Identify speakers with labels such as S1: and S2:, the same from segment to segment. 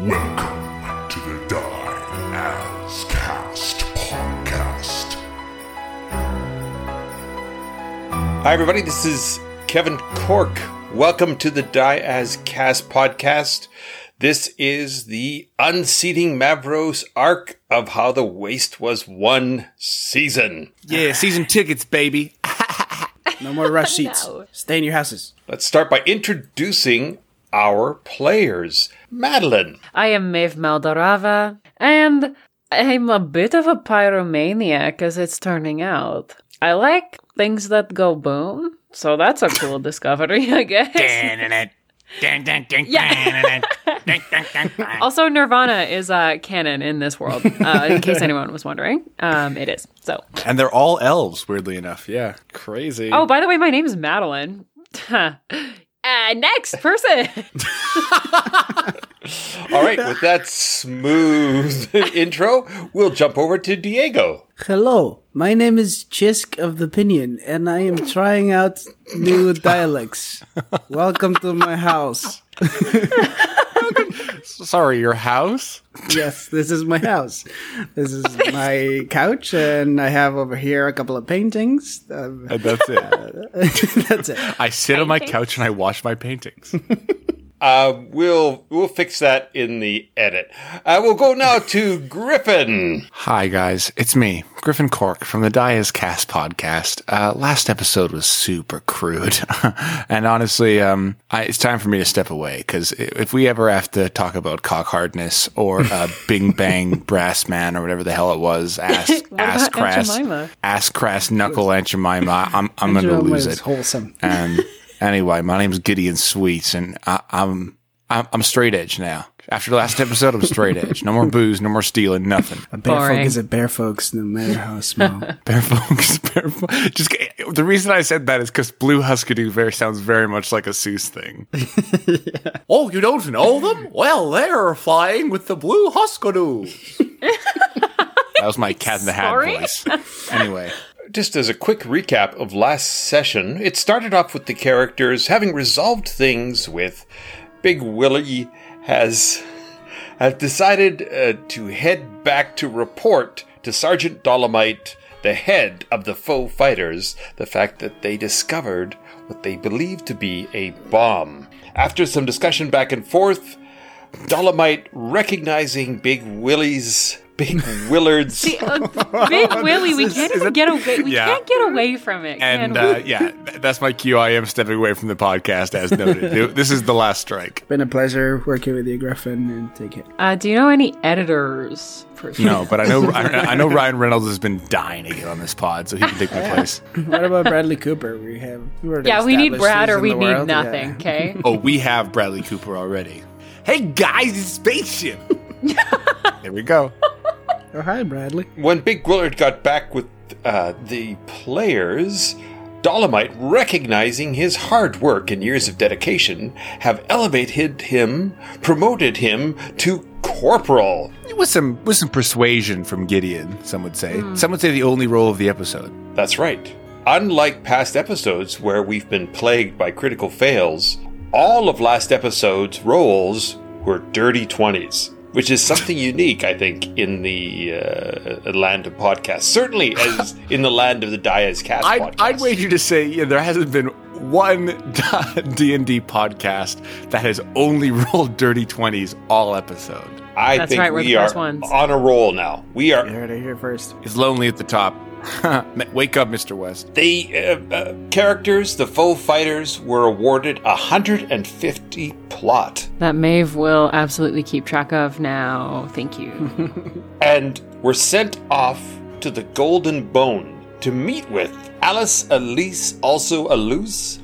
S1: Welcome to the Die As Cast podcast.
S2: Hi, everybody. This is Kevin Cork. Welcome to the Die As Cast podcast. This is the unseating Mavros arc of how the waste was one season.
S3: Yeah, season tickets, baby. no more rush seats.
S4: No.
S3: Stay in your houses.
S2: Let's start by introducing our players. Madeline,
S4: I am Maeve Maldarava, and I'm a bit of a pyromaniac, as it's turning out. I like things that go boom, so that's a cool discovery, I guess. Yeah. also, Nirvana is uh, canon in this world, uh, in case anyone was wondering. Um, it is. So.
S5: And they're all elves, weirdly enough. Yeah. Crazy.
S4: Oh, by the way, my name is Madeline. uh, next person.
S2: all right, with that smooth intro, we'll jump over to Diego.
S6: Hello, my name is Chisk of the Pinion, and I am trying out new dialects. Welcome to my house.
S5: Sorry, your house?
S6: Yes, this is my house. This is my couch, and I have over here a couple of paintings. Um,
S5: And Uh, that's it.
S6: that's it.
S5: I sit on my couch and I watch my paintings.
S2: Uh, we'll we'll fix that in the edit. Uh, we'll go now to Griffin.
S5: Hi, guys. It's me, Griffin Cork from the Dias Cast podcast. Uh, last episode was super crude. and honestly, um, I, it's time for me to step away because if we ever have to talk about cock hardness or uh, Bing Bang Brass Man or whatever the hell it was, ass,
S4: What about
S5: ass
S4: Aunt
S5: crass,
S4: Jemima?
S5: ass crass knuckle Aunt Jemima, I'm, I'm going to
S6: Jerome
S5: lose
S6: is
S5: it.
S6: wholesome.
S5: And anyway, my name's Gideon Sweets, and I, I'm, I'm I'm straight edge now. After the last episode, I'm straight edge. No more booze, no more stealing, nothing.
S6: A bear
S4: Boring.
S6: folk is a bear folks, no matter how small.
S5: Bare folks, bare fo- Just the reason I said that is because Blue Huskadoo Bear sounds very much like a Seuss thing. oh, you don't know them? Well, they're flying with the Blue Huskadoos. that was my cat in the hat
S4: Sorry?
S5: voice. Anyway.
S2: Just as a quick recap of last session, it started off with the characters having resolved things with Big Willie has have decided uh, to head back to report to Sergeant Dolomite, the head of the foe fighters, the fact that they discovered what they believed to be a bomb. After some discussion back and forth, Dolomite recognizing Big Willie's Big Willard's
S4: Uh, Big Willie, we can't even get away. We
S5: Yeah.
S4: can't get away from it.
S5: And
S4: can we?
S5: uh, yeah, th- that's my cue. I am stepping away from the podcast, as noted. this is the last strike.
S6: Been a pleasure working with you, Griffin, and take it.
S4: Uh, do you know any editors? For
S5: No, but I know I, I know Ryan Reynolds has been dying to get on this pod, so he can take my place.
S6: What about Bradley Cooper? We have. we already
S4: Yeah, we need
S6: established
S4: Brad
S6: who's
S4: or
S6: in
S4: we
S6: the
S4: need
S6: world. Yeah.
S4: nothing. Okay.
S5: Oh, we have Bradley Cooper already. Hey guys, it's spaceship. there we go.
S6: Oh, hi, Bradley.
S2: when Big Willard got back with uh, the players, Dolomite, recognizing his hard work and years of dedication, have elevated him, promoted him to corporal.
S5: With some with some persuasion from Gideon, some would say. Some would say the only role of the episode.
S2: That's right. Unlike past episodes where we've been plagued by critical fails, all of last episode's rolls were dirty 20s, which is something unique, I think, in the uh, land of podcasts. Certainly as in the land of the Diaz cast podcast.
S5: I'd, I'd wager to say yeah, there hasn't been one D and D podcast that has only rolled dirty twenties all episode.
S2: I
S4: That's
S2: think
S4: right, we're
S2: we
S4: the
S2: are
S4: first ones.
S2: on a roll now. We
S6: You
S2: are.
S6: heard it here first.
S5: It's lonely at the top. Wake up, Mr. West.
S2: The uh, uh, characters, the foe fighters, were awarded 150 plot,
S4: That Maeve will absolutely keep track of now. Thank you.
S2: and were sent off to the Golden Bone to meet with Alice Elise, also Alouse,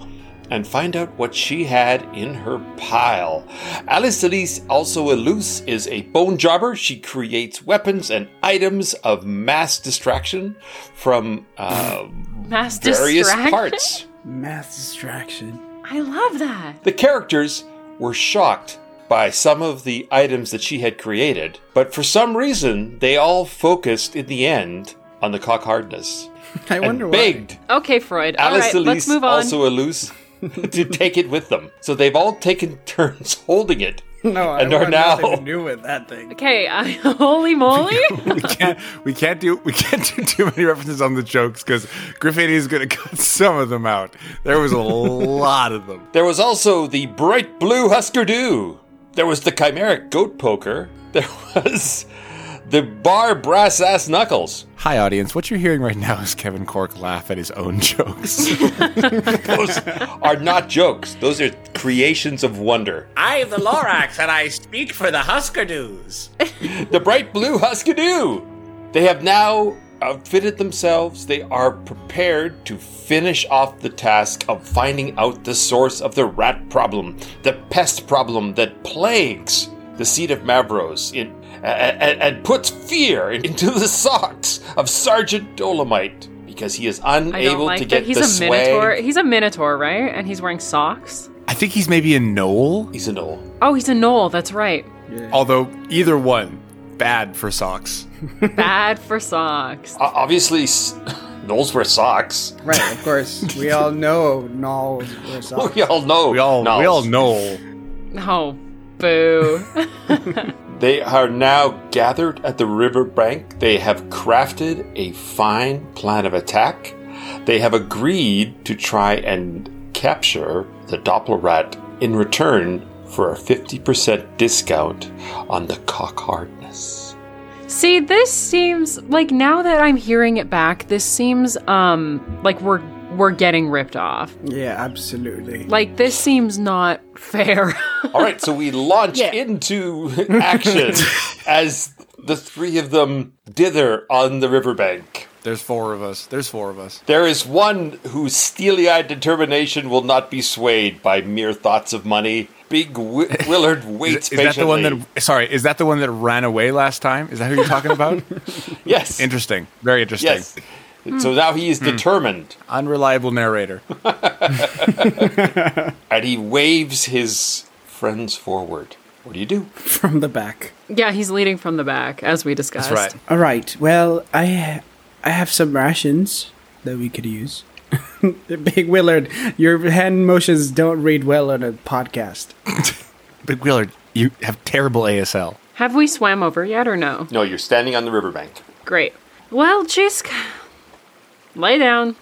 S2: and find out what she had in her pile. Alice Elise, also Alouse, is a bone jobber. She creates weapons and items of mass distraction from uh,
S4: Mass
S2: various
S4: distraction.
S2: parts.
S6: Math distraction.
S4: I love that.
S2: The characters were shocked by some of the items that she had created, but for some reason, they all focused in the end on the cock hardness
S6: I
S2: and
S6: wonder why.
S2: begged
S4: Okay, Freud. All
S2: Alice
S4: right, let's
S2: Elise,
S4: move on.
S2: also a loose, to take it with them. So they've all taken turns holding it
S6: No, I
S2: And are
S6: want
S2: now.
S6: nothing to do with that thing.
S4: Okay, I, holy moly.
S5: we can't we can't do we can't do too many references on the jokes because Griffin is going to cut some of them out. There was a lot of them.
S2: There was also the bright blue Husker Du. There was the chimeric goat poker. There was the bar brass ass knuckles.
S5: Hi, audience. What you're hearing right now is Kevin Cork laugh at his own jokes.
S2: Those are not jokes. Those are creations of wonder.
S7: I, the Lorax, and I speak for the Huskerdoos.
S2: The bright blue Huskadoo. They have now outfitted themselves. They are prepared to finish off the task of finding out the source of the rat problem, the pest problem that plagues the seat of Mavros in, a- a- a- and puts fear into the socks of Sergeant Dolomite because he is
S4: I don't
S2: unable
S4: like
S2: to
S4: that.
S2: get
S4: He's
S2: the
S4: a
S2: swag.
S4: minotaur. He's a minotaur, right? And he's wearing socks.
S5: I think he's maybe a knoll,
S2: He's an old.
S4: Oh, he's a gnoll. That's right.
S5: although either one bad for socks.
S4: Bad for socks.
S2: O- Obviously, s- gnolls wear socks.
S6: Right, of course. We all know Null or something.
S2: We all know.
S5: We all we
S2: gnolls.
S5: all knoll.
S4: Oh, boo.
S2: They are now gathered at the riverbank. They have crafted a fine plan of attack. They have agreed to try and capture the Doppler rat in return for a 50% discount on the cock hardness.
S4: See, this seems like now that I'm hearing it back, this seems um like we're we're getting ripped off.
S6: Yeah, absolutely.
S4: Like this seems not fair.
S2: All right, so we launch into action as the three of them dither on the riverbank.
S5: There's four of us. There's four of us.
S2: There is one whose steely eyed determination will not be swayed by mere thoughts of money. Big w- Willard waits
S5: Is that the
S2: patiently.
S5: one that? Sorry, is that the one that ran away last time? Is that who you're talking about?
S2: Yes.
S5: interesting. Hmm. Very interesting.
S2: yes. So now he is determined.
S5: Unreliable narrator.
S2: And he waves his friends forward. What do you do?
S6: From the back.
S4: yeah, he's leading from the back as we discussed.
S6: All right. Well, I ha- I have some rations that we could use. Big Willard, your hand motions don't read well on a podcast.
S5: Big Willard, you have terrible ASL.
S4: Have we swam over yet or no?
S2: No, you're standing on the riverbank.
S4: Great. Well, Jisk, lay down.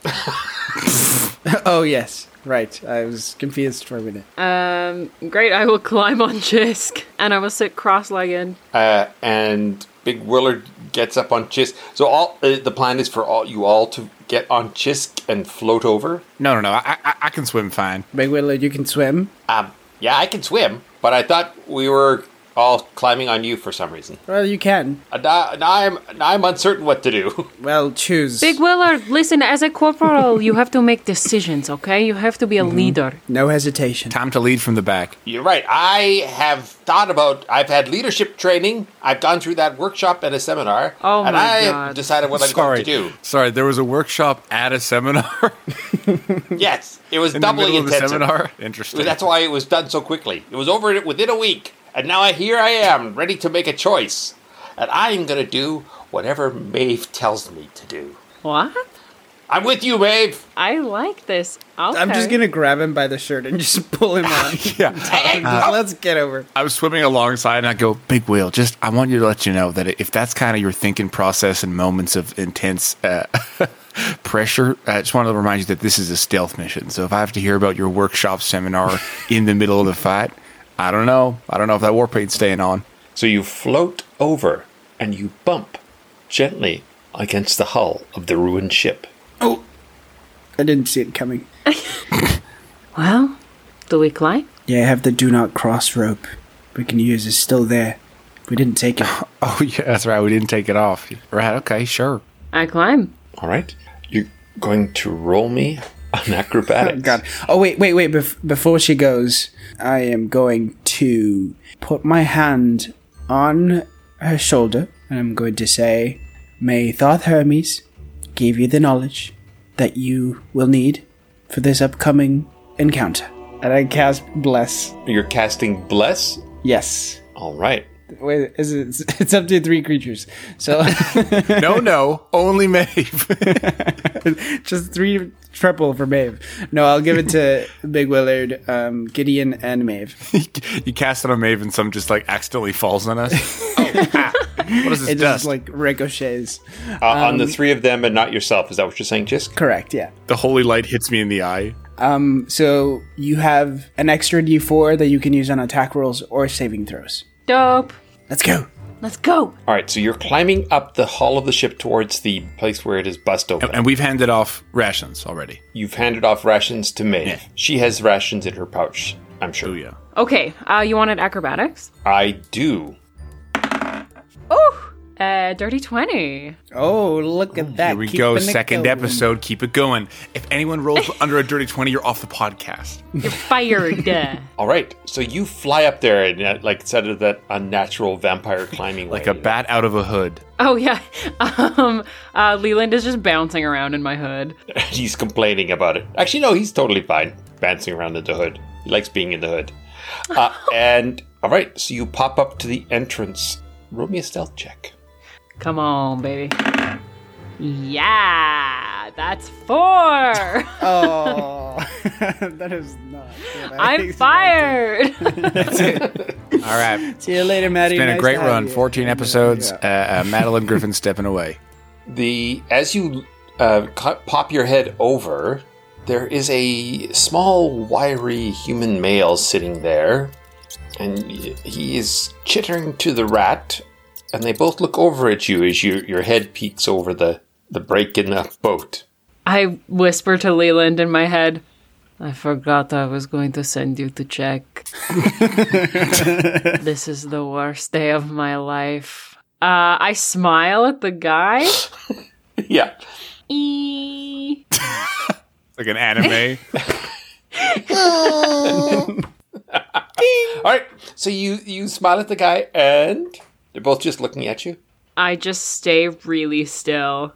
S6: oh yes, right. I was confused for a minute.
S4: Um, great. I will climb on Jisk and I will sit cross-legged.
S2: Uh, and Big Willard gets up on Chisk. So all uh, the plan is for all you all to get on Chisk and float over.
S5: No, no, no. I, I, I can swim fine.
S6: Big Willard, you can swim.
S2: Um, yeah, I can swim, but I thought we were all climbing on you for some reason.
S6: Well, you can.
S2: And I, Uh, now I'm now I'm uncertain what to do.
S6: Well, choose.
S4: Big Willard, listen, as a corporal, you have to make decisions, okay? You have to be a
S6: Mm-hmm.
S4: leader.
S6: no hesitation.
S5: Time to lead from the back.
S2: You're right. I have thought about. I've had leadership training. I've gone through that workshop and a seminar.
S4: Oh
S2: and
S4: my
S2: I have
S4: God.
S2: decided what I'm
S5: Sorry,
S2: going to
S5: sorry. There was a workshop at a seminar
S2: do. Yes, it was
S5: in the
S2: doubly
S5: middle of the
S2: intensive.
S5: seminar. Interesting.
S2: That's why it was done so quickly. It was over within a week, and now I, here I am, ready to make a choice, and I'm going to do whatever Maeve tells me to do.
S4: What?
S2: I'm with you, Maeve.
S4: I like this. Okay.
S6: I'm just gonna grab him by the shirt and just pull him on.
S5: yeah,
S6: Let's get over.
S5: I was swimming alongside, and I go, Big Will. Just, I want you to let you know that if that's kind of your thinking process in moments of intense uh, pressure, I just want to remind you that this is a stealth mission. So if I have to hear about your workshop seminar in the middle of the fight, I don't know. I don't know if that war paint's staying on.
S2: So you float over and you bump gently against the hull of the ruined ship.
S6: I didn't see it coming.
S4: Well, do we climb?
S6: Yeah, I have the do not cross rope. We can use is still there. We didn't take it.
S5: Oh yeah, that's right. We didn't take it off. Right? Okay, sure.
S4: I climb.
S2: All right. You're going to roll me an acrobatics.
S6: God. Oh wait, wait, wait. Bef- before she goes, I am going to put my hand on her shoulder, and I'm going to say, "May Thoth Hermes give you the knowledge that you will need for this upcoming encounter." And I cast bless.
S2: You're casting Bless.
S6: Yes.
S2: All right.
S6: Wait, is it, it's- it's up to three creatures. So
S5: No, no, only Maeve.
S6: just three triple for Maeve. No, I'll give it to Big Willard, um, Gideon, and Maeve.
S5: you cast it on Maeve, and some just like accidentally falls on us. Oh, ah. what is this
S6: It
S5: dust?
S6: just like ricochets.
S2: Uh, on the three of them and not yourself. Is that what you're saying, Jisk?
S6: Correct. Yeah.
S5: the holy light hits me in the eye.
S6: So you have an extra D4 that you can use on attack rolls or saving throws.
S4: Dope.
S6: Let's go.
S4: Let's go.
S2: All right, so you're climbing up the hull of the ship towards the place where it is bust open.
S5: And we've handed off rations already.
S2: You've handed off rations to Maeve. She has rations in her pouch, I'm sure.
S5: Oh yeah.
S4: Okay, uh, you wanted acrobatics?
S2: I do.
S4: Oh, uh, dirty 20.
S6: Oh, look at that.
S5: Here we
S6: Keeping
S5: go.
S6: it
S5: Second
S6: going.
S5: episode. Keep it going. If anyone rolls under a dirty twenty, you're off the podcast.
S4: You're fired.
S2: All right, so you fly up there and uh, like instead of that unnatural vampire climbing
S5: Like a
S2: way.
S5: bat out of a hood.
S4: oh, yeah. Um, uh, Leland is just bouncing around in my hood.
S2: he's complaining about it. Actually, no, he's totally fine bouncing around in the hood. He likes being in the hood. Uh, and all right, so you pop up to the entrance. Roll me a stealth check.
S4: Come on, baby. Yeah, that's four.
S6: Oh, that is not. Good. I
S4: I'm
S6: think-
S4: fired.
S5: All right. It's
S6: See you later, Maddie.
S5: been a
S6: Nice
S5: great
S6: to have
S5: run.
S6: you.
S5: Fourteen episodes. Uh, uh, Madeline Griffin stepping away.
S2: the as you uh, cu- pop your head over, there is a small, wiry human male sitting there, and y- he is chittering to the rat, and they both look over at you as you, your head peeks over the the break in the boat.
S4: I whisper to Leland in my head, I forgot I was going to send you to check. this is the worst day of my life. Uh, I smile at the guy.
S2: Yeah,
S4: Eee.
S5: Like an anime.
S2: all right. So you you smile at the guy, and they're both just looking at you.
S4: I just stay really still.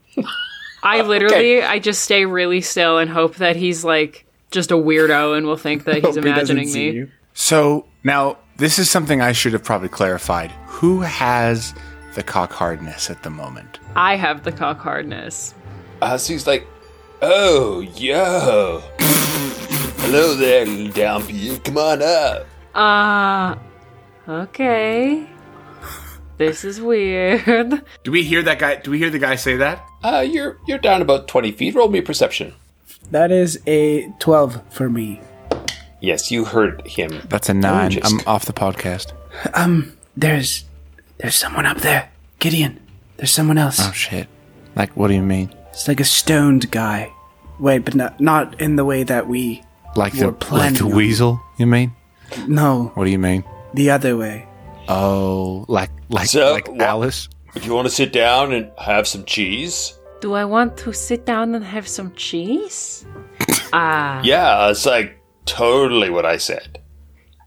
S4: I literally, I just stay really still and hope that he's like just a weirdo and will think that he's
S6: Hope he doesn't
S4: imagining
S6: see
S4: me.
S6: you.
S5: So now this is something I should have probably clarified. Who has the cock hardness at the moment?
S4: I have the cock hardness.
S2: Uh, so he's like, "Oh, yo, hello there, little downbeat. Come on up."
S4: Uh, okay. This is weird.
S5: Do we hear that guy? Do we hear the guy say that?
S2: Uh, you're you're down about twenty feet. Roll me a perception.
S6: That is a 12 for me.
S2: Yes, you heard him.
S5: That's a nine.
S2: just-
S5: I'm off the podcast.
S6: There's, there's someone up there, Gideon. There's someone else.
S5: Oh shit. Like, what do you mean?
S6: It's like a stoned guy. Wait, but not, not in the way that we.
S5: Like
S6: We're
S5: the like
S6: planning
S5: the
S6: on-
S5: weasel? You mean?
S6: No,
S5: What do you mean?
S6: the other way.
S5: Oh, like like
S2: So,
S5: like
S2: wha-
S5: Alice?
S2: If you want to sit down and have some cheese,
S4: Do I want to sit down and have some cheese? Uh,
S2: yeah, it's like totally what I said.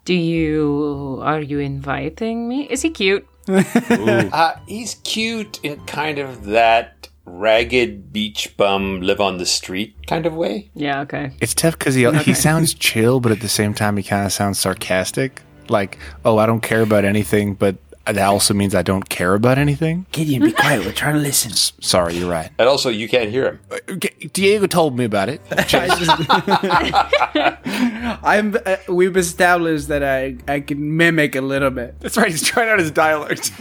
S4: Do you. Are you inviting me? Is he cute?
S2: Uh, he's cute in kind of that ragged beach bum, live on the street kind of way.
S4: Yeah, okay.
S5: It's tough because he he sounds chill, but at the same time he kind of sounds sarcastic. Like, oh, I don't care about anything, but that also means I don't care about anything.
S6: Gideon, be quiet. We're trying to listen.
S5: Sorry, you're right.
S2: And also, you can't hear him.
S5: Diego told me about it.
S6: I'm. Uh, we've established that I I can mimic a little bit.
S5: That's right. He's trying out his dialect.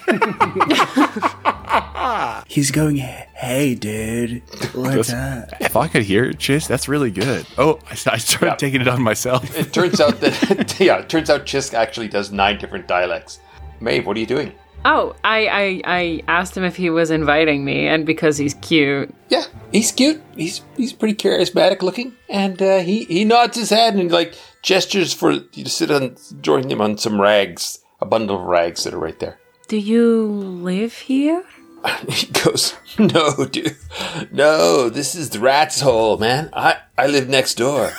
S6: He's going, hey, dude, what's up?
S5: if I could hear it, Chase, that's really good. Oh, I, I started taking it on myself.
S2: It turns out that yeah, it turns out Chisk actually does nine different dialects. Maeve, what are you doing?
S4: Oh, I, I, I asked him if he was inviting me, and because he's cute.
S2: Yeah, he's cute. He's he's pretty charismatic looking, and uh, he he nods his head and like gestures for you to sit on join him on some rags, a bundle of rags that are right there.
S4: Do you live here?
S2: He goes, "No, dude, no. This is the rat's hole, man. I I live next door.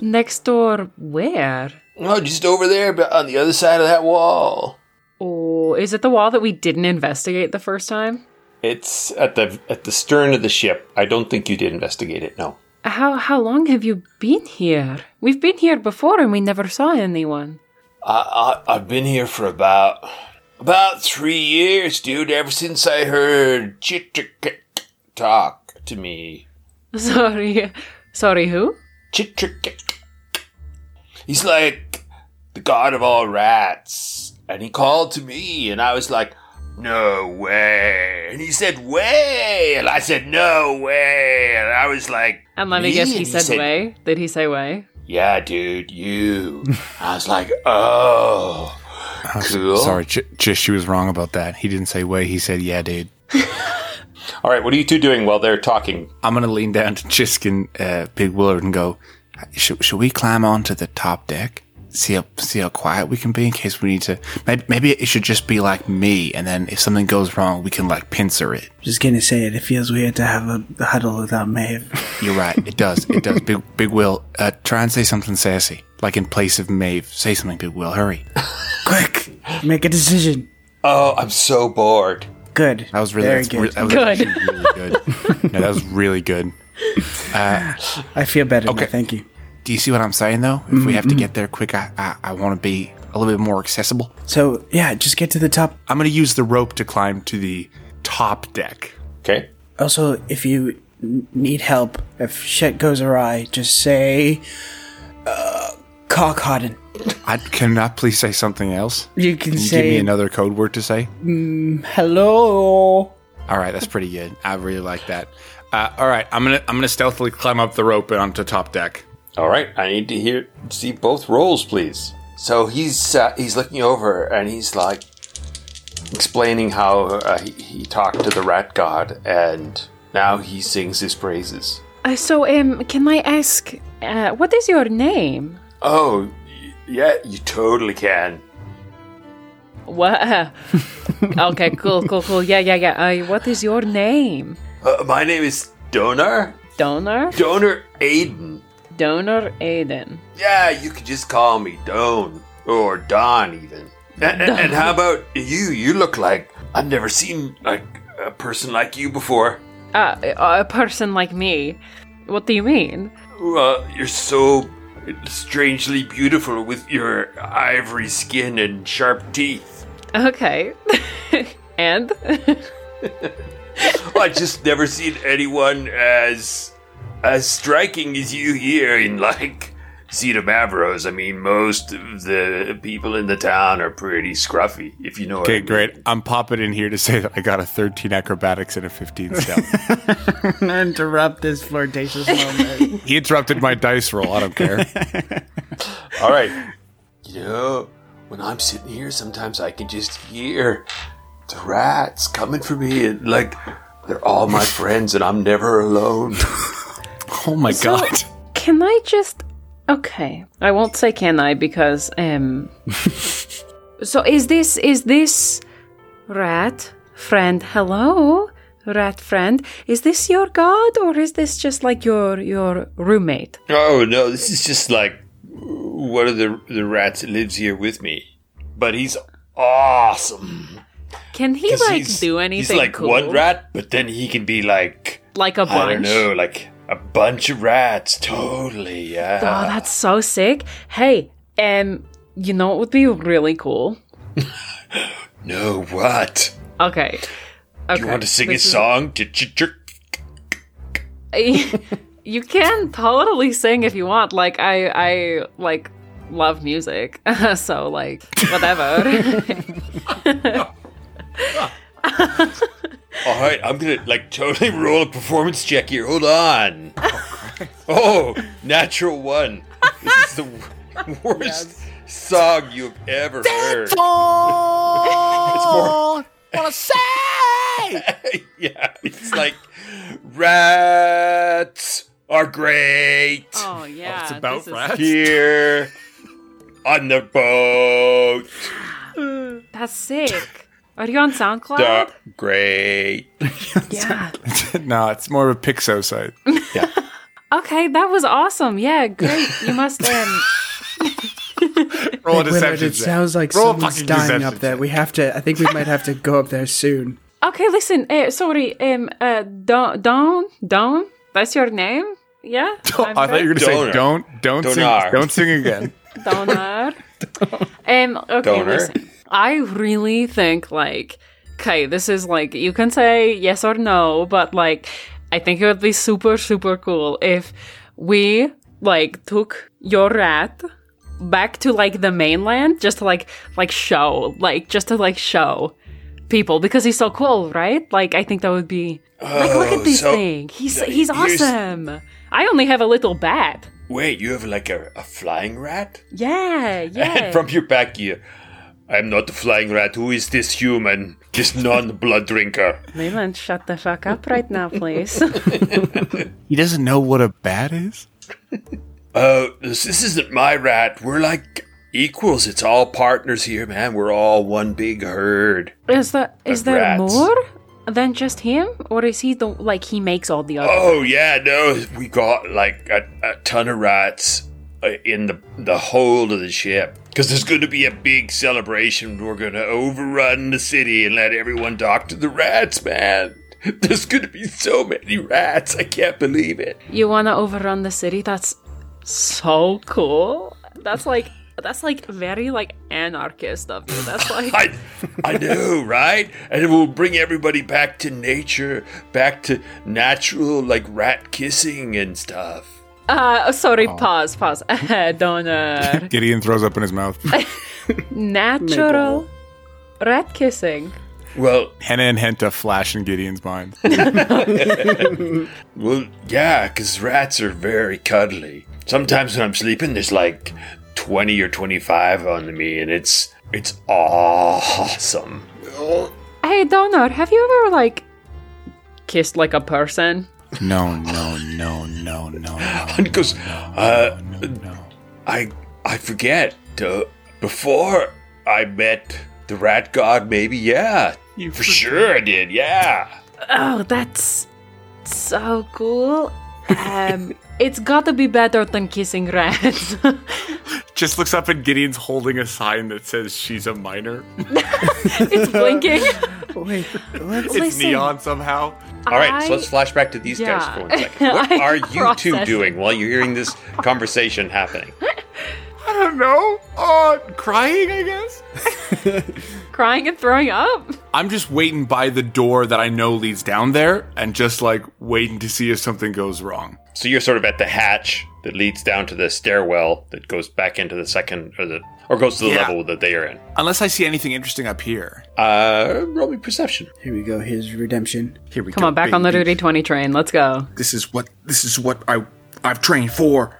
S4: Next door, where?
S2: No, Oh, just over there, but on the other side of that wall.
S4: Oh, is it the wall that we didn't investigate the first time?
S2: It's at the at the stern of the ship. I don't think you did investigate it. No.
S4: How, how long have you been here? We've been here before and we never saw anyone.
S2: I, I I've been here for about about three years, dude. Ever since I heard Chitrikik talk to me,
S4: Sorry. Sorry, who?
S2: Chitrikik. He's like the god of all rats, and he called to me, and I was like, "No way!" And he said, "Way!" And I said, "No way!" And I was like,
S4: And let me guess,
S2: "Me?"
S4: he
S2: And
S4: said way. Did he say way?
S2: yeah, dude, you. I was like, oh, cool.
S5: Sorry, J- just she was wrong about that. He didn't say way. He said yeah, dude.
S2: All right, what are you two doing while they're talking?
S5: I'm gonna lean down to Jisk and uh, Big Willard and go. Should, should we climb onto the top deck? See how see how quiet we can be in case we need to. Maybe, maybe it should just be like me, and then if something goes wrong, we can like pincer it.
S6: Just gonna say it. It feels weird to have a huddle without Maeve.
S5: You're right. It does. It does. Big Big Will, uh, try and say something sassy, like in place of Maeve. Say something, Big Will. Hurry.
S6: Quick, make a decision.
S2: Oh, I'm so bored.
S6: Good.
S5: That was really
S6: Very
S5: that's
S6: good.
S5: re- that was
S4: Good.
S5: actually really good. No, that was really good.
S6: I feel better. now,
S5: Okay.
S6: thank you.
S5: Do you see what I'm saying though? If
S6: Mm-hmm,
S5: we have to get there quick, I I, I want to be a little bit more accessible.
S6: So yeah, just get to the top.
S5: I'm gonna use the rope to climb to the top deck.
S2: Okay.
S6: Also, if you n- need help, if shit goes awry, just say, uh, cock harden.
S5: I cannot please say something else.
S6: You can,
S5: Can you
S6: say
S5: give me another code word to say?
S6: hello.
S5: All right, that's pretty good. I really like that. Uh, all right, I'm gonna I'm gonna stealthily climb up the rope and onto top deck.
S2: All right, I need to hear see both roles, please. So he's uh, he's looking over and he's like explaining how uh, he, he talked to the rat god, and now he sings his praises.
S4: Uh, so, um, can I ask, uh, what is your name?
S2: Oh, y- yeah, you totally can.
S4: What? okay, cool, cool, cool. Yeah, yeah, yeah. Uh, what is your name?
S2: Uh, my name is Donar
S4: Donor?
S2: Donor Aiden.
S4: Donor Aiden.
S2: Yeah, you could just call me Don or Don even. And, and, and how about you? You look like I've never seen like a person like you before.
S4: Uh, a person like me. What do you mean?
S2: Uh, you're so strangely beautiful with your ivory skin and sharp teeth.
S4: Okay. and?
S2: I just never seen anyone as as striking as you here in like Cedar Mavros. I mean, most of the people in the town are pretty scruffy, if you know what I
S5: Okay,
S2: mean.
S5: great. I'm popping in here to say that I got a 13 acrobatics and a 15 stealth.
S6: Interrupt this flirtatious moment.
S5: he interrupted my dice roll. I don't care.
S2: All right. You know, when I'm sitting here, sometimes I can just hear the rats coming for me, and like they're all my friends, and I'm never alone.
S5: Oh my god.
S4: Can I just Okay. I won't say can I because um So is this is this rat friend hello rat friend is this your god or is this just like your your roommate?
S2: Oh no, this is just like one of the the rats that lives here with me, but he's awesome.
S4: Can he
S2: 'Cause
S4: like
S2: he's-
S4: do anything
S2: He's like
S4: cool?
S2: one rat, but then he can be like
S4: like a
S2: I don't
S4: bunch.
S2: know, like a bunch of rats. Totally, yeah.
S4: Oh, that's so sick. Hey, um you know what would be really cool?
S2: No, what?
S4: Okay. Okay.
S2: You want to sing
S4: this
S2: a
S4: is-
S2: song to ch- ch-
S4: you can totally sing if you want. Like I, I like love music, so like whatever.
S2: All right, I'm gonna like totally roll a performance check here. Hold on. Oh, natural one. This is the w- worst song you've ever heard. yeah, it's like rats are great
S4: oh yeah,
S5: It's about
S4: this is-
S5: rats.
S2: here on the boat.
S4: That's sick. Are you on SoundCloud?
S2: They're great.
S4: Yeah.
S5: no, it's more of a Pixo site.
S4: Okay, that was awesome. Yeah, great. You must. Um,
S5: Roll a
S6: Willard,
S5: deception
S6: it
S5: check.
S6: sounds like
S5: Roll a
S6: someone's
S5: fucking
S6: dying
S5: deception
S6: up there.
S5: check.
S6: We have to. I think we might have to go up there soon.
S4: okay, listen. Uh, sorry. Um. Uh. Don. Don. Don. That's your name. Yeah.
S5: I thought you were going to
S2: Donor.
S5: say don't don't sing
S2: Donar.
S5: don't sing again.
S4: Donor. um, okay,
S2: Donor.
S4: listen. I really think like, okay, this is like you can say yes or no, but like, I think it would be super super cool if we like took your rat back to like the mainland just to like like show like just to like show people because he's so cool right like i think that would be like look
S2: Oh,
S4: at this
S2: so-
S4: thing he's he's
S2: here's-
S4: awesome i only have a little bat
S2: Wait, you have like a, a flying rat?
S4: yeah yeah
S2: And from your back ear, I'm not a flying rat. Who is this human? This non blood drinker.
S4: Leland, shut the fuck up right now, please.
S5: He doesn't know what a bat is?
S2: Uh, this, this isn't my rat. We're like equals. It's all partners here, man. We're all one big herd.
S4: is there is there
S2: Rats.
S4: more than just him, or is he the like he makes all the other?
S2: Oh yeah, no, we got like a, a ton of rats uh, in the the hold of the ship because there's going to be a big celebration. We're going to overrun the city and let everyone talk to the rats, man. There's going to be so many rats. I can't believe it.
S4: You wanna overrun the city? That's so cool. That's like that's like very like anarchist of you. That's like
S2: I, I know, right? And it will bring everybody back to nature, back to natural, like rat kissing and stuff.
S4: uh sorry, pause, pause. Donor.
S5: Gideon throws up in his mouth.
S4: Natural rat kissing.
S2: Well,
S5: Henna and Henta flash in Gideon's mind.
S2: well, yeah, 'cause rats are very cuddly. Sometimes when I'm sleeping, there's like twenty or twenty-five on me, and it's it's awesome.
S4: Hey Donor, have you ever like kissed like a person?
S5: No, no, no, no, no, no.
S2: And goes, uh, I I forget. Uh, before I met the rat god, maybe yeah, for sure I did. Yeah.
S4: Oh, that's so cool. Um, it's gotta be better than kissing rats.
S5: Just looks up and Gideon's holding a sign that says she's a minor.
S4: it's blinking.
S6: Wait, what?
S4: Listen,
S5: somehow.
S2: All right, so
S4: I-
S2: let's flash back to these guys
S4: yeah.
S2: for one second. What
S4: I'm
S2: are you two
S4: processing.
S2: doing while you're hearing this conversation happening?
S5: I don't know. Uh, crying, I guess.
S4: crying and throwing up.
S5: I'm just waiting by the door that I know leads down there and just like waiting to see if something goes wrong.
S2: So you're sort of at the hatch that leads down to the stairwell that goes back into the second or the or goes to the
S5: Yeah.
S2: level that they are in.
S5: Unless I see anything interesting up here.
S2: Uh, roll me perception.
S6: Here we go. Here's redemption.
S5: Here we
S4: Come on, back on the duty twenty train. Let's go.
S5: This is what this is what I I've trained for.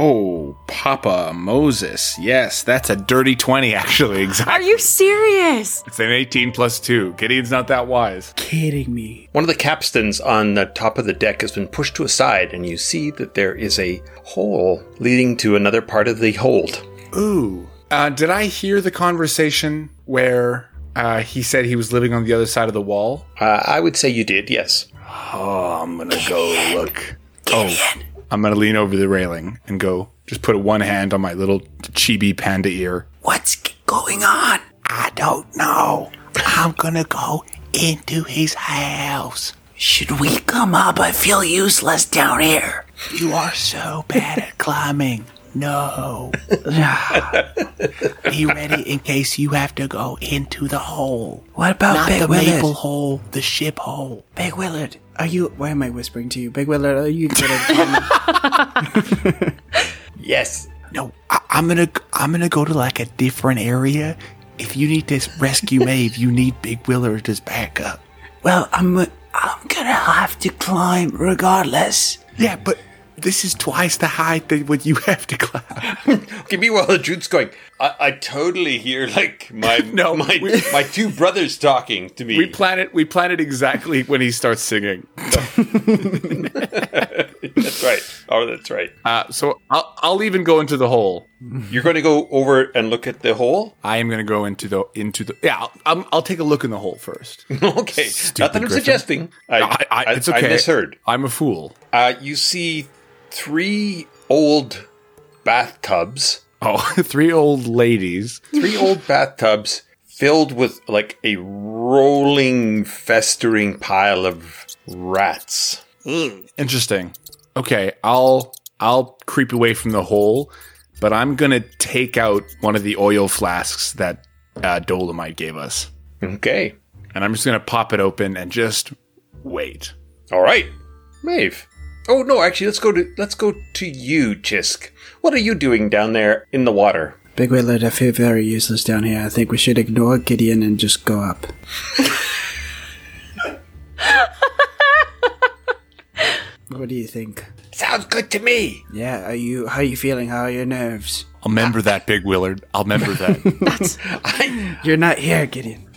S8: Oh, Papa Moses. Yes, that's a
S5: Dirty 20 actually, exactly.
S4: Are you serious?
S5: It's an 18 plus 2. Gideon's not that wise.
S6: Kidding me.
S2: One of the capstans on the top of the deck has been pushed to a side, and you see that there is a hole leading to another part of the hold.
S5: Ooh.
S8: Uh, did I hear the conversation where uh, he said he was living on the other side of the wall?
S2: Uh, I would say you did, yes.
S5: Oh, I'm gonna go look. Oh,
S8: I'm gonna lean over the railing and go. Just put one hand on my little chibi panda ear.
S5: What's g- going on? I don't know. I'm gonna go into his house.
S9: Should we come up? I feel useless down here.
S5: You are so bad at climbing. No. Ah. Be ready in case you have to go into the hole.
S9: What about Big Willard?
S5: hole, the ship hole.
S9: Big Willard.
S6: Are you? Why am I whispering to you, Big Willard? Are you gonna?
S2: Yes.
S5: No, I, I'm gonna I'm gonna go to like a different area. If you need to rescue Maeve, you need Big Willard as backup.
S9: Well, I'm I'm gonna have to climb regardless.
S5: Yeah, but this is twice the height than what you have to climb.
S2: Okay, meanwhile, Jude's going, I, I totally hear like my
S5: No,
S2: my,
S5: we-
S2: my two brothers talking to me.
S8: We plan it. We plan it exactly when he starts singing.
S2: That's right. Oh, that's right.
S8: Uh, so I'll, I'll even go into the hole.
S2: You're going to go over and look at the hole?
S5: I am gonna go into the into the yeah. I'll, I'm, I'll take a look in the hole first.
S2: Okay. Not that I'm
S5: Griffin.
S2: suggesting. I,
S5: I, I,
S2: I-
S5: it's okay.
S2: I misheard.
S5: I'm a fool.
S2: Uh, you see three old bathtubs,
S5: Oh, three old ladies.
S2: three old bathtubs filled with like a rolling, festering pile of rats.
S5: Interesting.
S8: Okay, I'll I'll creep away from the hole but I'm going to take out one of the oil flasks that uh, Dolomite gave us.
S2: Okay.
S8: And I'm just going to pop it open and just wait.
S2: All right, Maeve. Oh no, actually, let's go to let's go to you, Chisk. What are you doing down there in the water?
S6: Big Willard, I feel very useless down here. I think we should ignore Gideon and just go up. what do you think?
S7: Sounds good to me.
S6: Yeah, are you? How are you feeling? How are your nerves?
S5: I'll remember that, Big Willard. I'll remember that.
S6: You're not here, Gideon.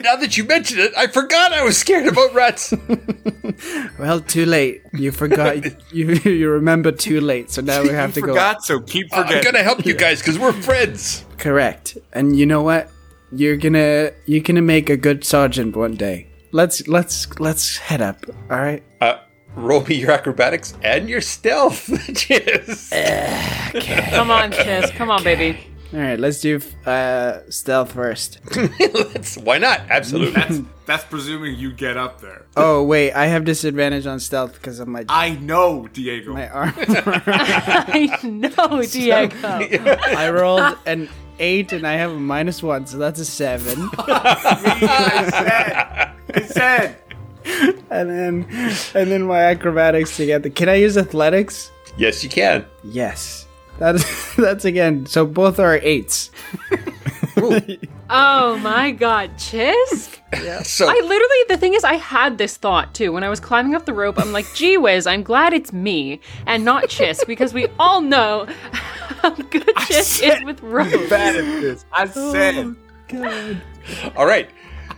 S2: Now that you mention it, I forgot I was scared about rats.
S6: Well, too late. You forgot. you you remember too late. So now we have to go.
S5: so keep
S2: I'm gonna help you guys because we're friends.
S6: Correct. And you know what? You're gonna you're gonna make a good sergeant one day. Let's let's let's head up. All right.
S2: Uh, roll me your acrobatics and your stealth,
S7: Eh.
S2: Chisk.
S4: Come on, Chess. Come on, baby.
S6: All right. Let's do uh, stealth first.
S2: Let's- Why not? Absolutely.
S8: That's, that's presuming you get up there.
S6: Oh wait, I have disadvantage on stealth because of my
S8: I know, Diego.
S6: my arm.
S4: I know, Diego.
S6: I rolled an eight and I have a minus one, so that's a seven.
S8: I said.
S6: and then and then my acrobatics to get the. Can I use athletics?
S2: yes, you can.
S6: Yes. That's that's again. So both are eights.
S4: Oh my god, Chisk?
S2: So
S4: I literally, the thing is, I had this thought too. When I was climbing up the rope, I'm like, gee whiz, I'm glad it's me and not Chisk because we all know how good Chisk is with ropes.
S8: I said.
S2: All right.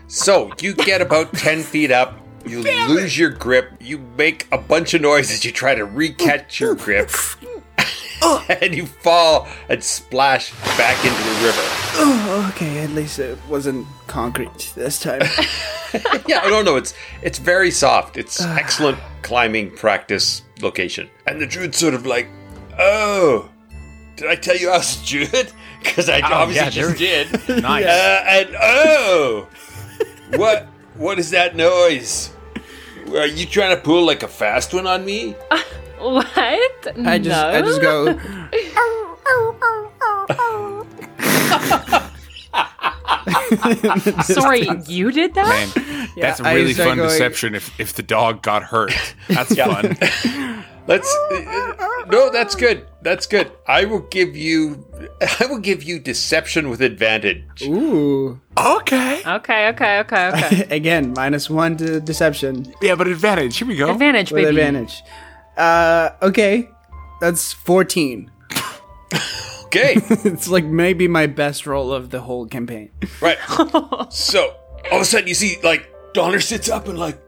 S2: So you get about 10 feet up. You lose your grip. You make a bunch of noise as you try to recatch your grip. and you fall and splash back into the river.
S6: Okay, at least it wasn't concrete this time.
S2: Yeah, I don't know. It's it's very soft. It's excellent climbing practice location. And the druid's sort of like, oh, did I tell you I was a druid? Because I obviously just did.
S5: Nice.
S2: Uh, and oh, what what is that noise? Are you trying to pull like a fast one on me?
S4: What?
S6: I just I just go.
S4: Sorry, you did that?
S5: That's
S6: I
S5: really
S6: start
S5: fun
S6: going-
S5: deception if, if the dog got hurt. That's fun.
S2: Let's. uh, no, that's good. That's good. I will give you. I will give you deception with advantage.
S6: Ooh.
S5: okay.
S4: Okay, okay, okay, okay.
S6: Again, minus one to deception
S5: Yeah, but advantage. Here we go.
S4: Advantage,
S6: with
S4: baby.
S6: advantage. Uh, okay, that's fourteen.
S2: Okay.
S6: It's like maybe my best roll of the whole campaign.
S2: right. So all of a sudden you see like Donner sits up and like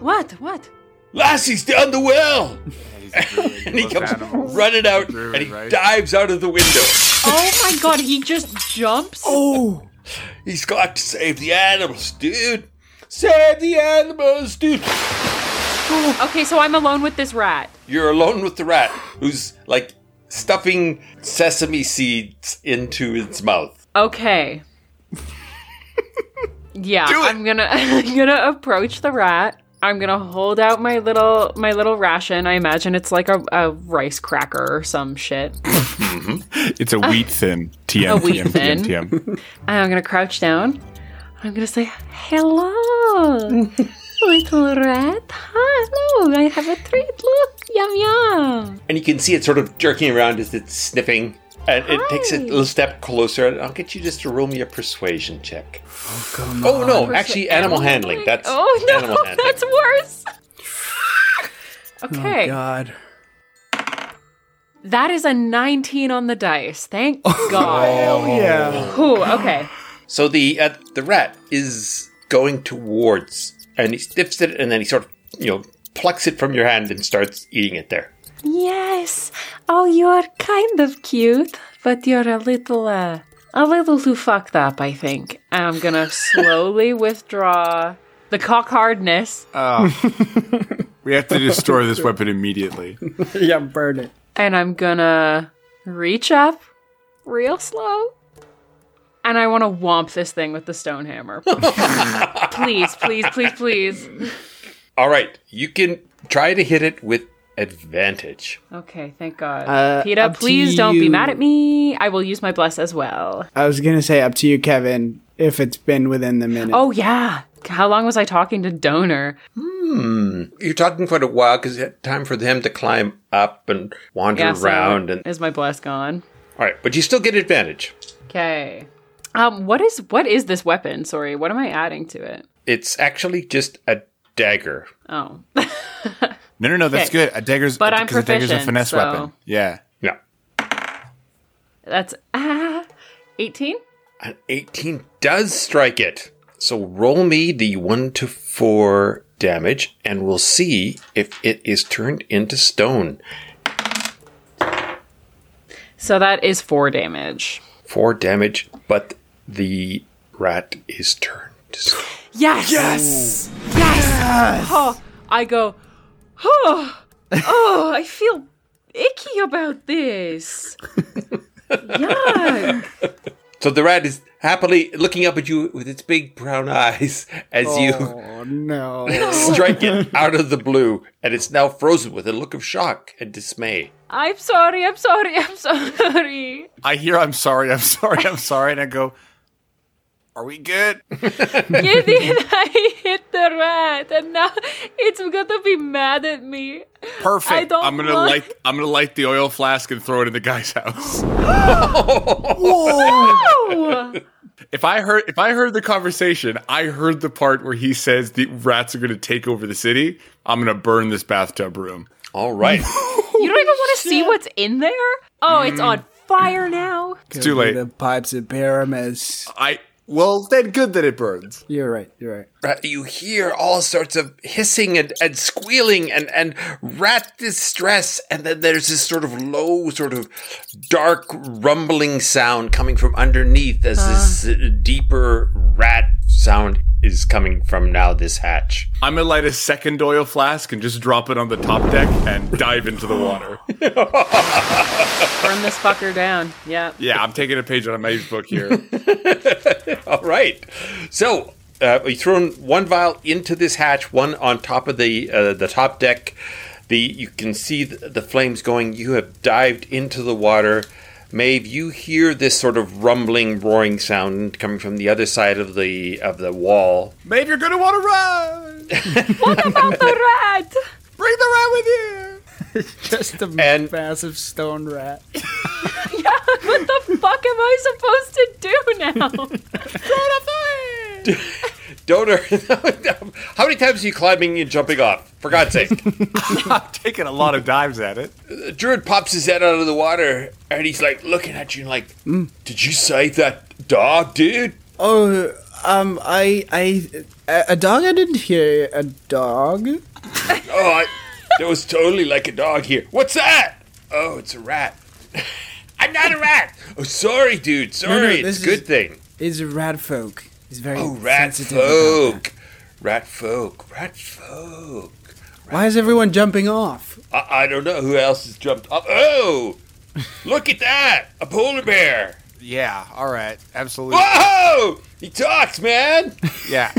S4: What? What?
S2: Lassie's down the well, and he comes running out
S8: Druid,
S2: and he
S8: right?
S2: dives out of the window.
S4: Oh my god, he just jumps?
S6: Oh.
S2: He's got to save the animals, dude. Save the animals, dude.
S4: Okay, so I'm alone with this rat.
S2: You're alone with the rat, who's like stuffing sesame seeds into its mouth.
S4: Okay. yeah, I'm gonna I'm gonna approach the rat. I'm gonna hold out my little my little ration. I imagine it's like a, a rice cracker or some shit.
S5: It's a wheat thin. TM,
S4: Ah. A wheat
S5: TM,
S4: thin.
S5: TM, TM.
S4: And I'm gonna crouch down. I'm gonna say hello, little rat. Hello, I have a treat. Look, yum yum.
S2: And you can see it sort of jerking around as it's sniffing. And it takes a
S4: Hi.
S2: little step closer. And I'll get you just to roll me a persuasion check. Oh, no, actually, animal handling. That's
S4: oh no,
S2: animal handling.
S4: that's worse. Oh okay,
S6: God.
S4: that is a 19 on the dice. Thank God.
S6: Yeah.
S4: Ooh, okay.
S2: So the uh, the rat is going towards, and he sniffs it, and then he sort of you know plucks it from your hand and starts eating it there.
S4: Yes. Oh, you're kind of cute, but you're a little, uh, a little too fucked up, I think. And I'm gonna slowly withdraw the cock hardness,
S8: We have to destroy this weapon immediately.
S6: Yeah, burn it.
S4: and I'm gonna reach up real slow. And I want to womp this thing with the stone hammer. please, please, please, please.
S2: All right, you can try to hit it with advantage.
S4: Okay, thank God. Peta,
S6: Uh, up to
S4: please don't be
S6: you.
S4: mad at me. I will use my bless as well.
S6: I was gonna say up to you, Kevin, if it's been within the minute.
S4: Oh yeah. How long was I talking to Donor?
S2: You're talking quite a while because you had time for them to climb up and wander
S4: Yeah, so
S2: around. and
S4: is my bless gone?
S2: all right, but you still get advantage.
S4: Okay. Um, what is what is this weapon? Sorry, what am I adding to it?
S2: It's actually just a dagger.
S4: Oh,
S5: No, no, no. That's
S4: Okay.
S5: good. A dagger's
S4: But I'm
S5: because a dagger's a
S4: proficient,
S5: finesse
S4: so-
S5: weapon. Yeah.
S2: Yeah,
S4: that's ah, eighteen.
S2: an 18 does strike it. So roll me the one to four damage, and we'll see if it is turned into stone.
S4: So that is four damage.
S2: Four damage, but the rat is turned. to stone.
S4: Yes. Yes. Yes. Oh, I go. Oh, oh, I feel icky about this. Yuck.
S2: So the rat is happily looking up at you with its big brown eyes as you
S6: Oh, no.
S2: strike it out of the blue, and it's now frozen with a look of shock and dismay.
S4: I'm sorry. I'm sorry. I'm sorry.
S5: I hear. I'm sorry. I'm sorry. I'm sorry. And I go. Are we good?
S4: You did. I hit the rat, and now it's gonna be mad at me.
S5: Perfect.
S4: I don't
S8: I'm gonna
S4: want-
S8: light. I'm gonna light the oil flask and throw it in the guy's house.
S4: No.
S8: If I heard, if I heard the conversation, I heard the part where he says the rats are gonna take over the city. I'm gonna burn this bathtub room.
S2: All right.
S4: You don't even want to see what's in there? Oh, it's on fire now.
S8: It's too late.
S6: The pipes of Pyramus.
S8: I well, then good that it burns.
S6: You're right. You're right.
S2: Rat- you hear all sorts of hissing and, and squealing and, and rat distress, and then there's this sort of low, sort of dark rumbling sound coming from underneath as this uh, deeper rat sound is coming from now this hatch.
S8: I'm gonna light a second oil flask and just drop it on the top deck and dive into the water.
S4: Burn this fucker down. Yeah.
S8: Yeah, I'm taking a page out of my book here.
S2: All right. So uh, you thrown one vial into this hatch, one on top of the uh, the top deck. The you can see the, the flames going. You have dived into the water. Maeve, you hear this sort of rumbling, roaring sound coming from the other side of the of the wall.
S8: Maybe you're gonna want to run.
S4: About the rat.
S8: Bring the rat with you.
S6: Just a
S2: And-
S6: massive stone rat.
S4: What the fuck am I supposed to do now? Throw it
S2: Donor, how many times are you climbing and jumping off? For God's sake,
S5: I'm taking a lot of dives at it.
S2: the druid pops his head out of the water and he's like looking at you and like, "Did you say that dog, dude?"
S6: Oh, um, I, I, a a dog. I didn't hear a dog.
S2: Oh, I, that was totally like a dog here. What's that? Oh, it's a rat. I'm not a rat. Oh, sorry, dude. Sorry.
S6: this
S2: it's a good
S6: is-
S2: thing.
S6: It's rat folk. He's very
S2: Oh, rat
S6: sensitive about
S2: folk. Rat folk. Rat folk.
S6: that. Why is everyone jumping off?
S2: I, I don't know who else has jumped up. Oh, look at that. A polar bear.
S5: Yeah. All right. Absolutely.
S2: Whoa! He talks, man.
S5: Yeah.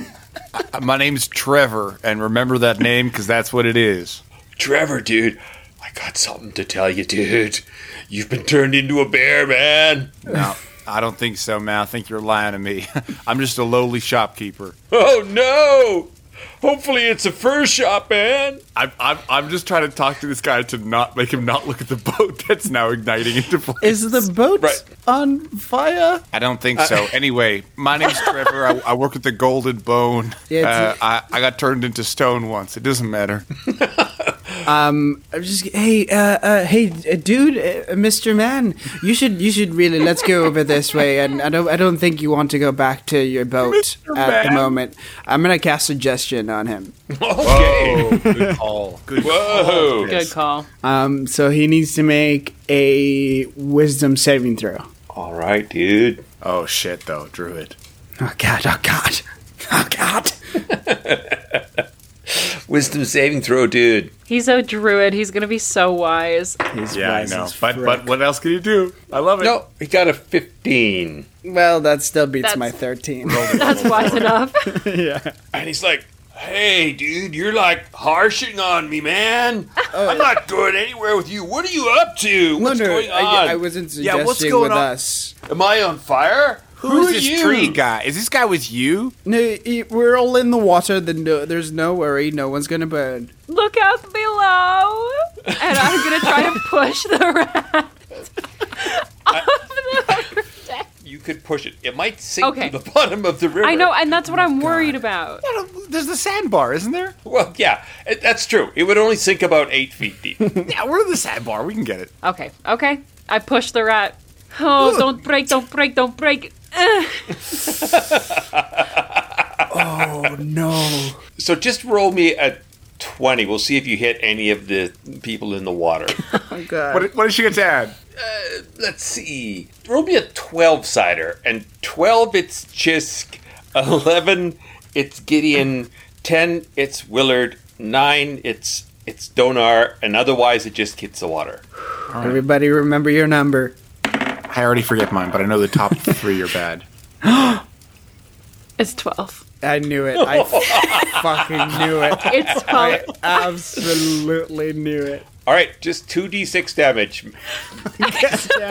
S5: I- my name's Trevor, and remember that name because that's what it is.
S2: Trevor, dude. I got something to tell you, dude. You've been turned into a bear, man.
S5: No, I don't think so, man. I think you're lying to me. I'm just a lowly shopkeeper.
S2: Oh, no. Hopefully, it's a fur shop, man.
S8: I'm, I'm, I'm just trying to talk to this guy to not make him not look at the boat that's now igniting into flame.
S6: Is the boat
S2: Right.
S6: on fire?
S5: I don't think so. Anyway, my name's Trevor. I, I work at the Golden Bone.
S6: Yeah,
S5: Uh,
S6: it's-
S5: I, I got turned into stone once. It doesn't matter.
S6: I'm just hey, uh, uh, hey, uh, dude, uh, Mr. Man, you should, you should really let's go over this way. And I don't, I don't think you want to go back to your boat at the moment. I'm gonna cast suggestion on him.
S2: Okay.
S5: good call. Good
S2: Whoa.
S4: Good call.
S6: Um, so he needs to make a wisdom saving throw.
S2: All right, dude.
S5: Oh, shit, though, Druid.
S6: Oh god! Oh god! Oh god!
S2: Wisdom saving throw, dude.
S4: He's a druid. He's gonna be so wise.
S8: Yeah, I know. But, but what else can you do? I love it.
S2: No, he got a 15.
S6: Well, that still beats
S4: That's-
S6: my thirteen.
S4: That's wise enough.
S2: And he's like, Hey, dude, you're like harshing on me, man. I'm not going anywhere with you. What are you up to? What's going on?
S6: I, I wasn't suggesting
S2: Yeah, what's going
S6: with
S2: on?
S6: us.
S2: Am I on fire? Who
S5: Who's this tree guy? Is this guy with you?
S6: No, it, we're all in the water. Then no, there's no worry. No one's gonna burn.
S4: Look out below! And I'm gonna try to push the rat off the river deck.
S2: You could push it. It might sink
S4: Okay.
S2: to the bottom of the river.
S4: I know, and that's what I'm worried about.
S5: There's the sandbar, isn't there?
S2: Well, yeah, it- that's true. It would only sink about eight feet deep.
S5: Yeah, we're in the sandbar. We can get it.
S4: Okay, okay. I push the rat. Oh, don't break, don't break, don't break. Ugh.
S6: No.
S2: so just roll me a twenty. We'll see if you hit any of the people in the water.
S6: Oh god.
S5: What, what did she get to add?
S2: Let's see. Roll me a twelve sider, and twelve it's Chisk, eleven it's Gideon, ten it's Willard, nine it's it's Donar, and otherwise it just hits the water.
S6: Everybody, remember your number.
S5: I already forget mine, but I know the top three are bad.
S4: It's 12.
S6: I knew it. I f- fucking knew it.
S4: It's 12.
S6: Absolutely knew it.
S2: All right, just two d six damage. Maeve.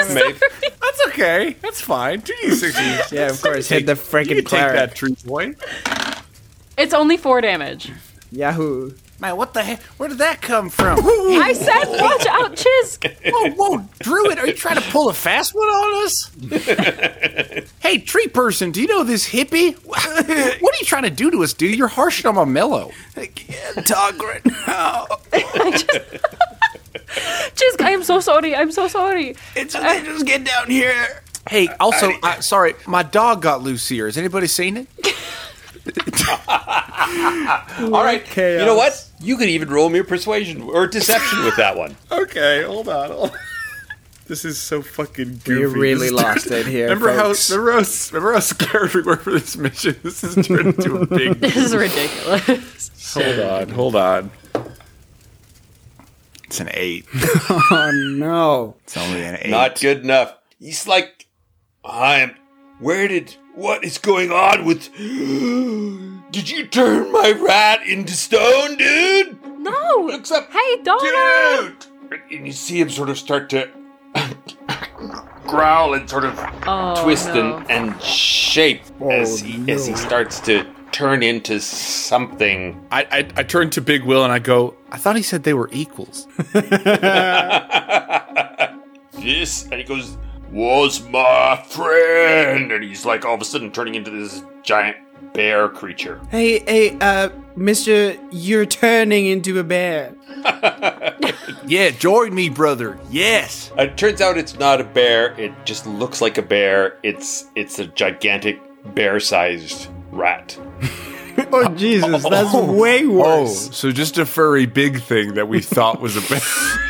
S5: That's okay. That's fine. Two d sixes.
S6: Yeah, of course. Hit the freaking cleric.
S5: tree boy.
S4: It's only 4 damage.
S6: Yahoo.
S5: Man, what the heck? Where did that come from?
S4: I said, watch out, Chisk!
S5: Whoa, whoa, Druid, are you trying to pull a fast one on us? hey, tree person, do you know this hippie? what are you trying to do to us, dude? You're harshing on my mellow.
S9: Talk right now.
S4: Chisk, I am so sorry, I'm so sorry.
S9: It's okay, just get down here.
S5: Hey, also, I, sorry, my dog got loose here. Has anybody seen it?
S2: All right, you know what? You could even roll me a persuasion or deception with that one.
S8: Okay, hold on. hold on. This is so fucking goofy.
S6: You really
S8: This-
S6: lost it here.
S8: Remember how,
S6: folks.
S8: remember how remember how scared we were for this mission? This is turned into a big.
S4: This is ridiculous.
S8: hold on, hold on.
S5: It's an eight.
S6: Oh no.
S5: It's only an eight.
S2: Not good enough. He's like, I'm. Where did. What is going on with. Did you turn my rat into stone, dude?
S4: No!
S2: Looks up.
S4: Hey, Donna!
S2: Dude! And you see him sort of start to growl and sort of
S4: Oh,
S2: twist
S4: no.
S2: and, and shape as, he, as he starts to turn into something.
S8: I, I I turn to Big Will and I go.
S5: I thought he said they were equals.
S2: This. And he goes, Was my friend! And he's like all of a sudden turning into this giant bear creature.
S6: Hey, hey, uh, Mister, you're turning into a bear.
S5: Yeah, join me, brother. Yes.
S2: It turns out it's not a bear. It just looks like a bear. It's it's a gigantic bear-sized rat.
S6: Oh Jesus, that's way
S8: Oh,
S6: worse.
S8: so just a furry big thing that we thought was a bear.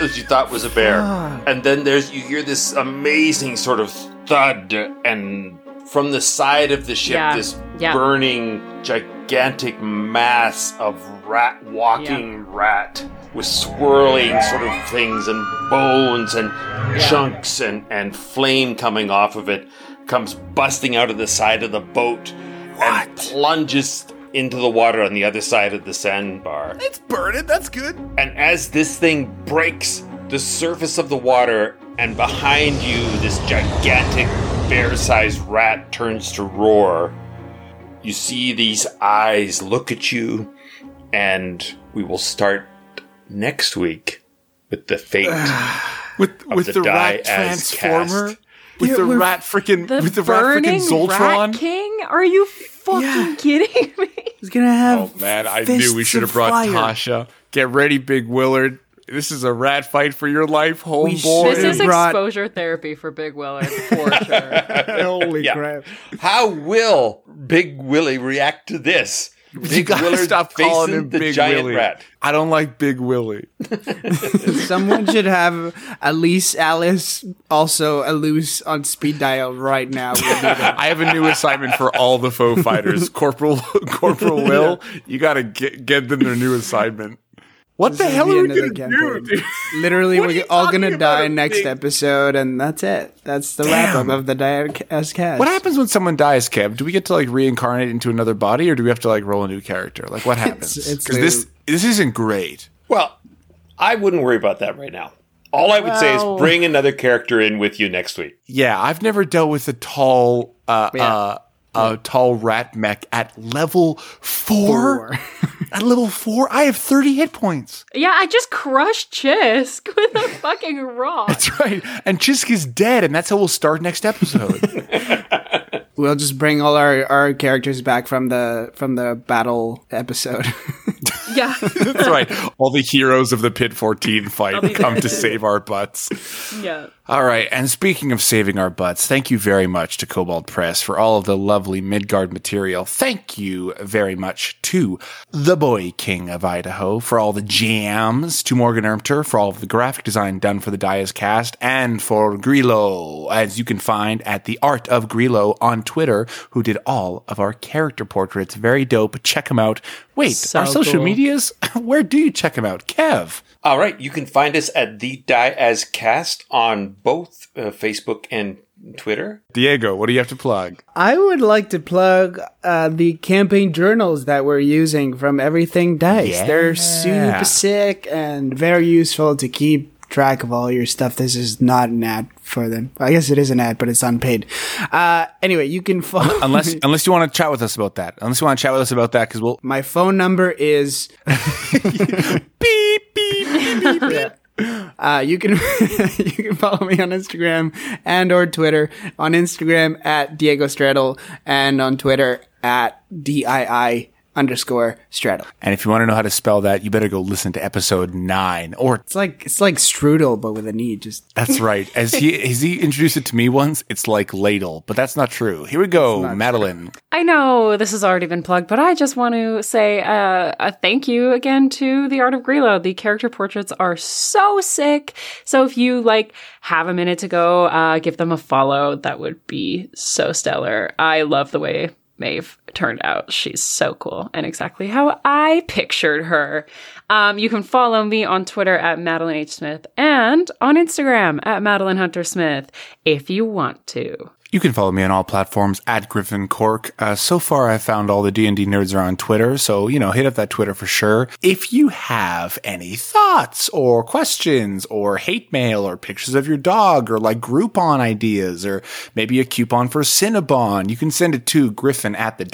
S2: As you thought was a bear. And then there's you hear this amazing sort of thud and from the side of the ship
S4: Yeah.
S2: this
S4: Yeah.
S2: burning gigantic mass of rat walking rat with swirling sort of things and bones and chunks and, and flame coming off of it comes busting out of the side of the boat and plunges into the water on the other side of the sandbar.
S5: It's burning. That's good.
S2: And as this thing breaks the surface of the water, and behind you, this gigantic bear sized rat turns to roar, you see these eyes look at you, and we will start next week with the fate.
S8: with
S2: Of
S8: with
S2: the
S8: the,
S2: die
S8: rat
S2: as
S8: transformer,
S2: cast.
S8: with the rat freaking
S4: The
S8: with the rat freaking
S4: burning
S8: Zoltron.
S4: Rat King? Are you fucking kidding me?
S6: He's gonna have.
S8: oh man, I
S6: fists
S8: knew we should have
S6: of
S8: brought
S6: fire.
S8: Tasha. Get ready, Big Willard. This is a rat fight for your life, homeboy.
S4: This is
S6: Right.
S4: exposure therapy for Big Willard, for sure.
S6: Holy
S2: Yeah.
S6: crap!
S2: How will Big Willie react to this?
S8: You
S2: Big
S8: gotta
S2: Willard
S8: stop calling him
S2: the
S8: Big
S2: giant
S8: Willie.
S2: rat.
S8: I don't like Big Willie.
S6: Someone should have Elise Alice also a loose on speed dial right now.
S8: I have a new assignment for all the foe fighters. Corporal Corporal Will, you gotta get get them their new assignment. What the
S6: is
S8: hell
S6: the
S8: are we
S6: end of the
S8: gonna do?
S6: campaign.
S8: Dude?
S6: Literally,
S8: What are you
S6: we're all
S8: talking
S6: gonna
S8: about?
S6: die next
S8: Big-
S6: episode, and that's it. That's the wrap up of the Diet as Cast.
S5: What happens when someone dies, Kev? Do we get to like reincarnate into another body, or do we have to like roll a new character? Like, what happens?
S6: it's
S5: Because this this isn't great.
S2: Well, I wouldn't worry about that right now. All I would say is bring another character in with you next week.
S5: Yeah, I've never dealt with a tall, uh, uh, a tall rat mech at level four. at level four, I have thirty hit points.
S4: Yeah, I just crushed Chisk with a fucking rock.
S5: That's right. And Chisk is dead, and that's how we'll start next episode.
S6: We'll just bring all our, our characters back from the from the battle episode.
S4: Yeah.
S8: That's right. All the heroes of the Pit 14
S4: be
S8: fight come
S4: back.
S8: to save our butts.
S4: Yeah.
S5: all right. And speaking of saving our butts, thank you very much to Cobalt Press for all of the lovely Midgard material. Thank you very much to the Boy King of Idaho for all the jams, to Morgan Ermter for all of the graphic design done for the Dias cast, and for Grillo, as you can find at the Art of Grillo on Twitter, who did all of our character portraits. Very dope. Check him out. Wait, our social
S4: cool.
S5: medias? Where do you check him out? Kev.
S2: All right, you can find us at the Die As Cast on both uh, Facebook and Twitter.
S5: Diego, what do you have to plug?
S6: I would like to plug uh, the campaign journals that we're using from Everything Dice. They're super sick and very useful to keep track of all your stuff. This is not an ad for them. I guess it is an ad, but it's unpaid. Uh, anyway, you can follow.
S5: Unless unless you want to chat with us about that. Unless you want to chat with us about that because we'll
S6: My phone number is
S5: beep beep beep. beep.
S6: Uh, you can you can follow me on Instagram and or Twitter. On Instagram at Diego Straddle and on Twitter at DII underscore Straddle.
S5: And if you want to know how to spell that, you better go listen to episode nine. Or
S6: It's like it's like strudel but with an e. Just
S5: that's right. As he as he introduced it to me once, it's like ladle, but that's not true. Here we go, Madeline.
S4: I know this has already been plugged, but I just want to say uh, a thank you again to the Art of Grillo. The character portraits are so sick. So if you like have a minute to go, uh, give them a follow. That would be so stellar. I love the way Maeve turned out. She's so cool and exactly how I pictured her. Um, you can follow me on Twitter at Madeline H. Smith and on Instagram at Madeline Hunter Smith if you want to.
S5: You can follow me on all platforms at Griffin Cork. Uh, so far, I've found all the D and D nerds are on Twitter, so you know, hit up that Twitter for sure. If you have any thoughts or questions or hate mail or pictures of your dog or like Groupon ideas or maybe a coupon for Cinnabon, you can send it to Griffin at the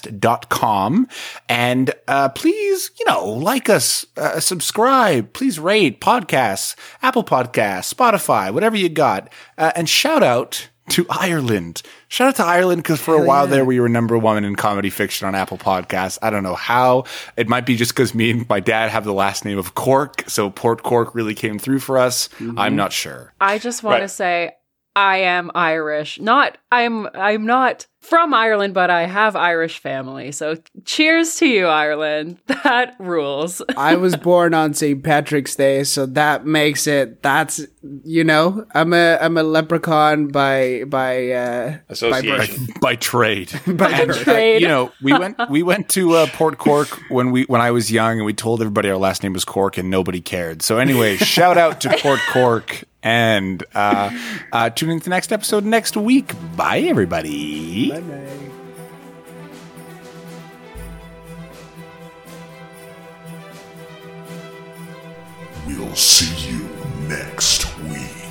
S5: diascast.com. and uh, please, you know, like us, uh, subscribe, please rate podcasts, Apple Podcasts, Spotify, whatever you got, uh, and shout out to Ireland. Shout out to Ireland because for a while there we were number one in comedy fiction on Apple Podcasts. I don't know how. It might be just because me and my dad have the last name of Cork, so Port Cork really came through for us. I'm not sure.
S4: I just want to
S2: Right.
S4: say I am Irish. Not I'm I'm not from Ireland, but I have Irish family. So cheers to you, Ireland. That rules.
S6: I was born on St. Patrick's Day, so that makes it. That's you know I'm a I'm a leprechaun by by uh,
S2: Association.
S5: By trade.
S6: by birth.
S4: Trade.
S5: you know, we went we went to uh, Port Cork when we when I was young, and we told everybody our last name was Cork, and nobody cared. So anyway, shout out to Port Cork, and uh, uh, tune into the next episode next week. Bye, everybody.
S1: We'll see you next week.